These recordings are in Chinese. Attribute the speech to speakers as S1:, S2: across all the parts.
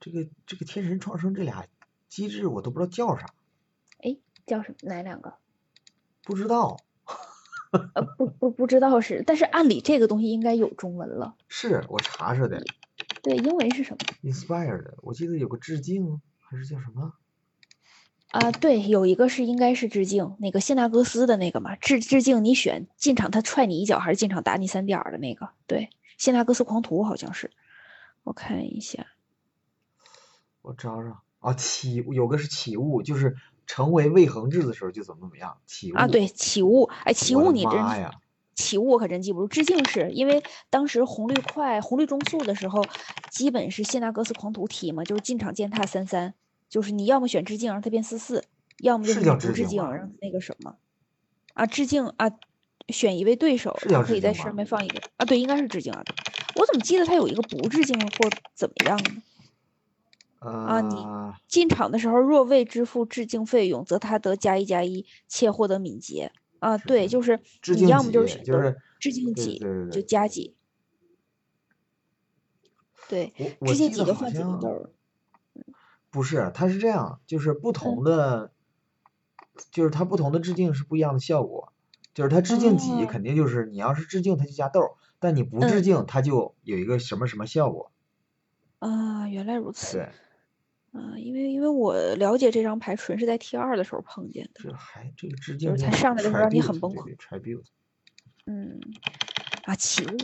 S1: 这个这个天神创生这俩机制我都不知道叫啥，
S2: 哎，叫什么？哪两个？
S1: 不知道
S2: 呃，不不不知道是，但是按理这个东西应该有中文了。
S1: 是我查查的
S2: 对，英文是什么？
S1: ，inspire 的，我记得有个致敬还是叫什么？
S2: 啊，对，有一个是应该是致敬那个谢纳格斯的那个嘛，致致敬你选进场他踹你一脚还是进场打你三点儿的那个？对，谢纳格斯狂徒好像是，我看一下，
S1: 我找找啊，起有个是起雾，就是成为魏恒志的时候就怎么怎么样起雾
S2: 啊，对，，起雾，哎，起
S1: 我的
S2: 雾你真
S1: 妈
S2: 是
S1: 呀
S2: 起雾我可真记不住，致敬是因为当时红绿快红绿中速的时候，基本是谢纳格斯狂徒踢嘛，就是进场践踏三三，就是你要么选致敬让他变四四，要么就是是你
S1: 叫
S2: 不
S1: 致
S2: 致
S1: 敬
S2: 敬
S1: 吗
S2: 让那个什么，啊致敬啊，选一位对手，
S1: 是叫
S2: 他可
S1: 致
S2: 以在
S1: 敬
S2: 上
S1: 吗
S2: 面放一个啊，对，应该是致敬啊，我怎么记得他有一个不致敬或怎么样呢？
S1: 啊
S2: 你进场的时候若未支付致敬费用，则他得加一加一，且获得敏捷啊，
S1: 是
S2: 对，就是
S1: 致
S2: 你
S1: 敬
S2: 要么就是
S1: 几
S2: 选
S1: 就
S2: 择
S1: 是
S2: 致敬
S1: 对
S2: 几
S1: 对对
S2: 就
S1: 对
S2: 加几。对，
S1: 我我
S2: 致敬
S1: 记
S2: 几
S1: 得
S2: 就
S1: 好
S2: 换几个
S1: 像
S2: 豆儿。
S1: 不是，它是这样，就是不
S2: 嗯
S1: 同的，就是它不同的致敬是不一样的效果。就是它致敬几，
S2: 哦
S1: 肯定就是你要是致敬，它就加豆儿；但你不致
S2: 嗯
S1: 敬，它就有一个什么什么效果。
S2: 啊，原来如此
S1: 对，
S2: 啊！因为因为我了解这张牌，纯是在 T 二的时候碰见的。
S1: 这还这个致
S2: 就
S1: 敬
S2: 是
S1: 叫
S2: 它上来的时候让你很崩溃
S1: tribute，对对，tribute。
S2: 嗯，啊，起雾，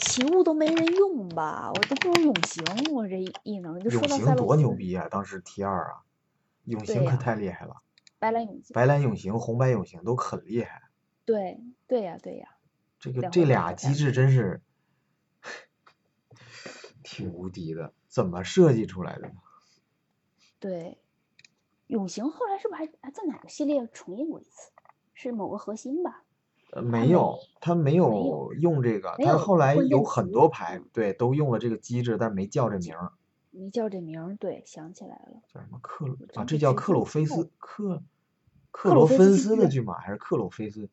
S2: 起雾都没人用吧？我都不如永行，我这异能就说
S1: 永
S2: 到塞
S1: 行
S2: 洛
S1: 多
S2: 斯
S1: 牛逼啊！当时 T 二啊，永
S2: 对
S1: 行可
S2: 呀
S1: 太厉害了，
S2: 白蓝永行，
S1: 白蓝永行、红白永行都很厉害。
S2: 对对呀对呀，
S1: 这个
S2: 两
S1: 这
S2: 回合
S1: 俩
S2: 打
S1: 机
S2: 败
S1: 制真是 挺无敌的，怎么设计出来的呢？
S2: 对，永行后来是不是还还在哪个系列重印过一次？是某个核心吧？
S1: 呃，
S2: 它
S1: 没
S2: 没
S1: 有，他没有
S2: 有
S1: 用这个，
S2: 没
S1: 他
S2: 有
S1: 后来
S2: 关键
S1: 有很
S2: 词
S1: 多牌，对，都用了这个机制，但没叫这名儿，
S2: 没叫这名儿，对，想起来了。
S1: 叫什么克鲁啊？
S2: 真
S1: 这
S2: 不
S1: 叫
S2: 知
S1: 克
S2: 道
S1: 鲁菲
S2: 叫
S1: 斯克克
S2: 克鲁
S1: 罗
S2: 菲
S1: 芬
S2: 斯
S1: 斯
S2: 巨
S1: 的
S2: 人
S1: 骏马还是克鲁菲斯？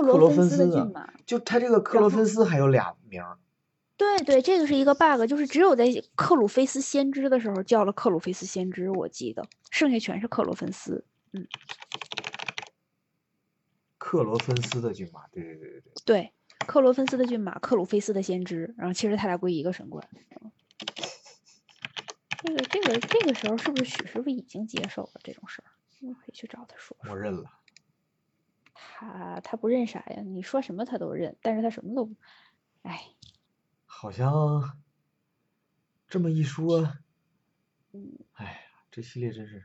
S1: 克罗
S2: 罗
S1: 芬
S2: 芬斯的
S1: 斯的
S2: 骏马，
S1: 就他这个克
S2: 然
S1: 罗
S2: 后
S1: 芬斯还有俩名儿，
S2: 对对，这个是一个 bug，就是只有在克鲁菲斯先知的时候叫了克鲁菲斯先知，我记得，剩下全是克罗芬斯。
S1: 克罗芬斯的骏马，对对对对对，
S2: 对，克罗芬斯的骏马，克鲁菲斯的先知，然后其实他俩归一个神官。嗯这个这个这个时候是不是许师傅已经接受了这种事儿？我可以去找他说说。
S1: 默认了。
S2: 他他不认啥呀？你说什么他都认，但是他什么都不，哎，
S1: 好像这么一说，哎呀，这系列真是，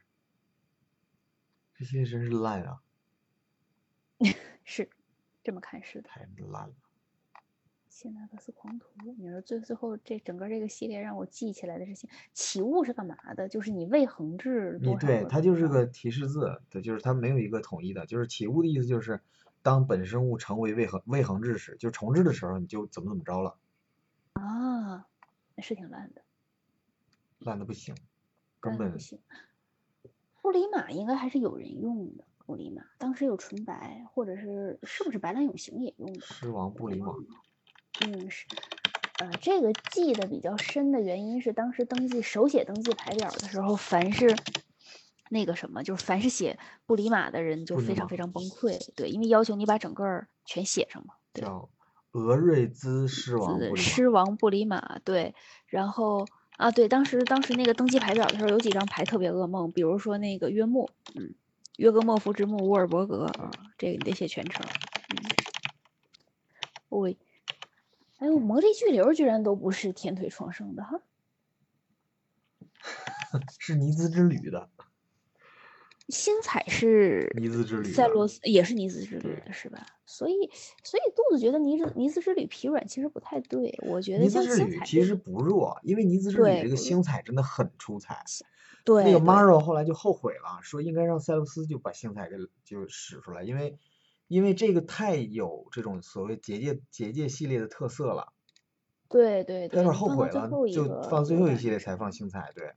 S1: 这系列真是烂啊，
S2: 是这么看是的。
S1: 太烂了。
S2: 谢纳克斯狂徒，你说最最后这整个这个系列让我记起来的是些起雾是干嘛的？就是你未恒制多
S1: 你
S2: 少
S1: 对
S2: 个
S1: 它就
S2: 多
S1: 是
S2: 少
S1: 个提示字，对，就是它没有一个统一的，就是起雾的意思就是，当本生物成为未恒未恒制时，就重置的时候，你就怎么怎么着了，
S2: 啊，那是挺烂的，
S1: 烂的不行，根
S2: 烂嗯的
S1: 本
S2: 不行。布里马应该还是有人用的，布里马当时有纯白，或者是是不是白蓝永行也用的？
S1: 狮王不
S2: 我
S1: 理
S2: 忘
S1: 马。
S2: 了嗯，是，呃，这个记得比较深的原因是，当时登记手写登记牌表的时候，凡是那个什么，就是凡是写布里马的人，就
S1: 布里
S2: 非常
S1: 马
S2: 非常崩溃。对，因为要求你把整个儿全写上嘛。对，
S1: 叫俄瑞兹狮王
S2: 子
S1: 不理
S2: 狮王布里马，对，然后啊，对，当时当时那个登记牌表的时候，有几张牌特别噩梦，比如说那个约莫，嗯，约格莫夫之墓沃尔伯格啊，这个你得写全称。嗯，我，哎呦，魔力巨流居然都不是天腿创生的哈，
S1: 马， 是尼兹之旅的
S2: 新彩是
S1: 尼兹之旅
S2: 塞
S1: 的
S2: 洛斯也是尼斯之旅
S1: 对
S2: 的是吧？所以所以肚子觉得尼斯尼斯之旅疲软其实不太对，我觉得
S1: 尼
S2: 像
S1: 兹之
S2: 新
S1: 旅
S2: 彩
S1: 其
S2: 这
S1: 实
S2: 个
S1: 不弱，因为尼兹之
S2: 对
S1: 旅这个
S2: 不弱
S1: 星彩真的很出彩。
S2: 对
S1: 那个
S2: 对
S1: Maro 后来就后悔了，说应该让塞勒斯就把星彩给就使出来，因为因为这个太有这种所谓结界结界系列的特色了，
S2: 对对
S1: 他有
S2: 对，
S1: 点
S2: 你
S1: 后
S2: 放
S1: 悔
S2: 到最
S1: 了
S2: 后，一
S1: 就
S2: 个
S1: 放最
S2: 有
S1: 后一
S2: 点
S1: 系列
S2: 是
S1: 才放星彩，对，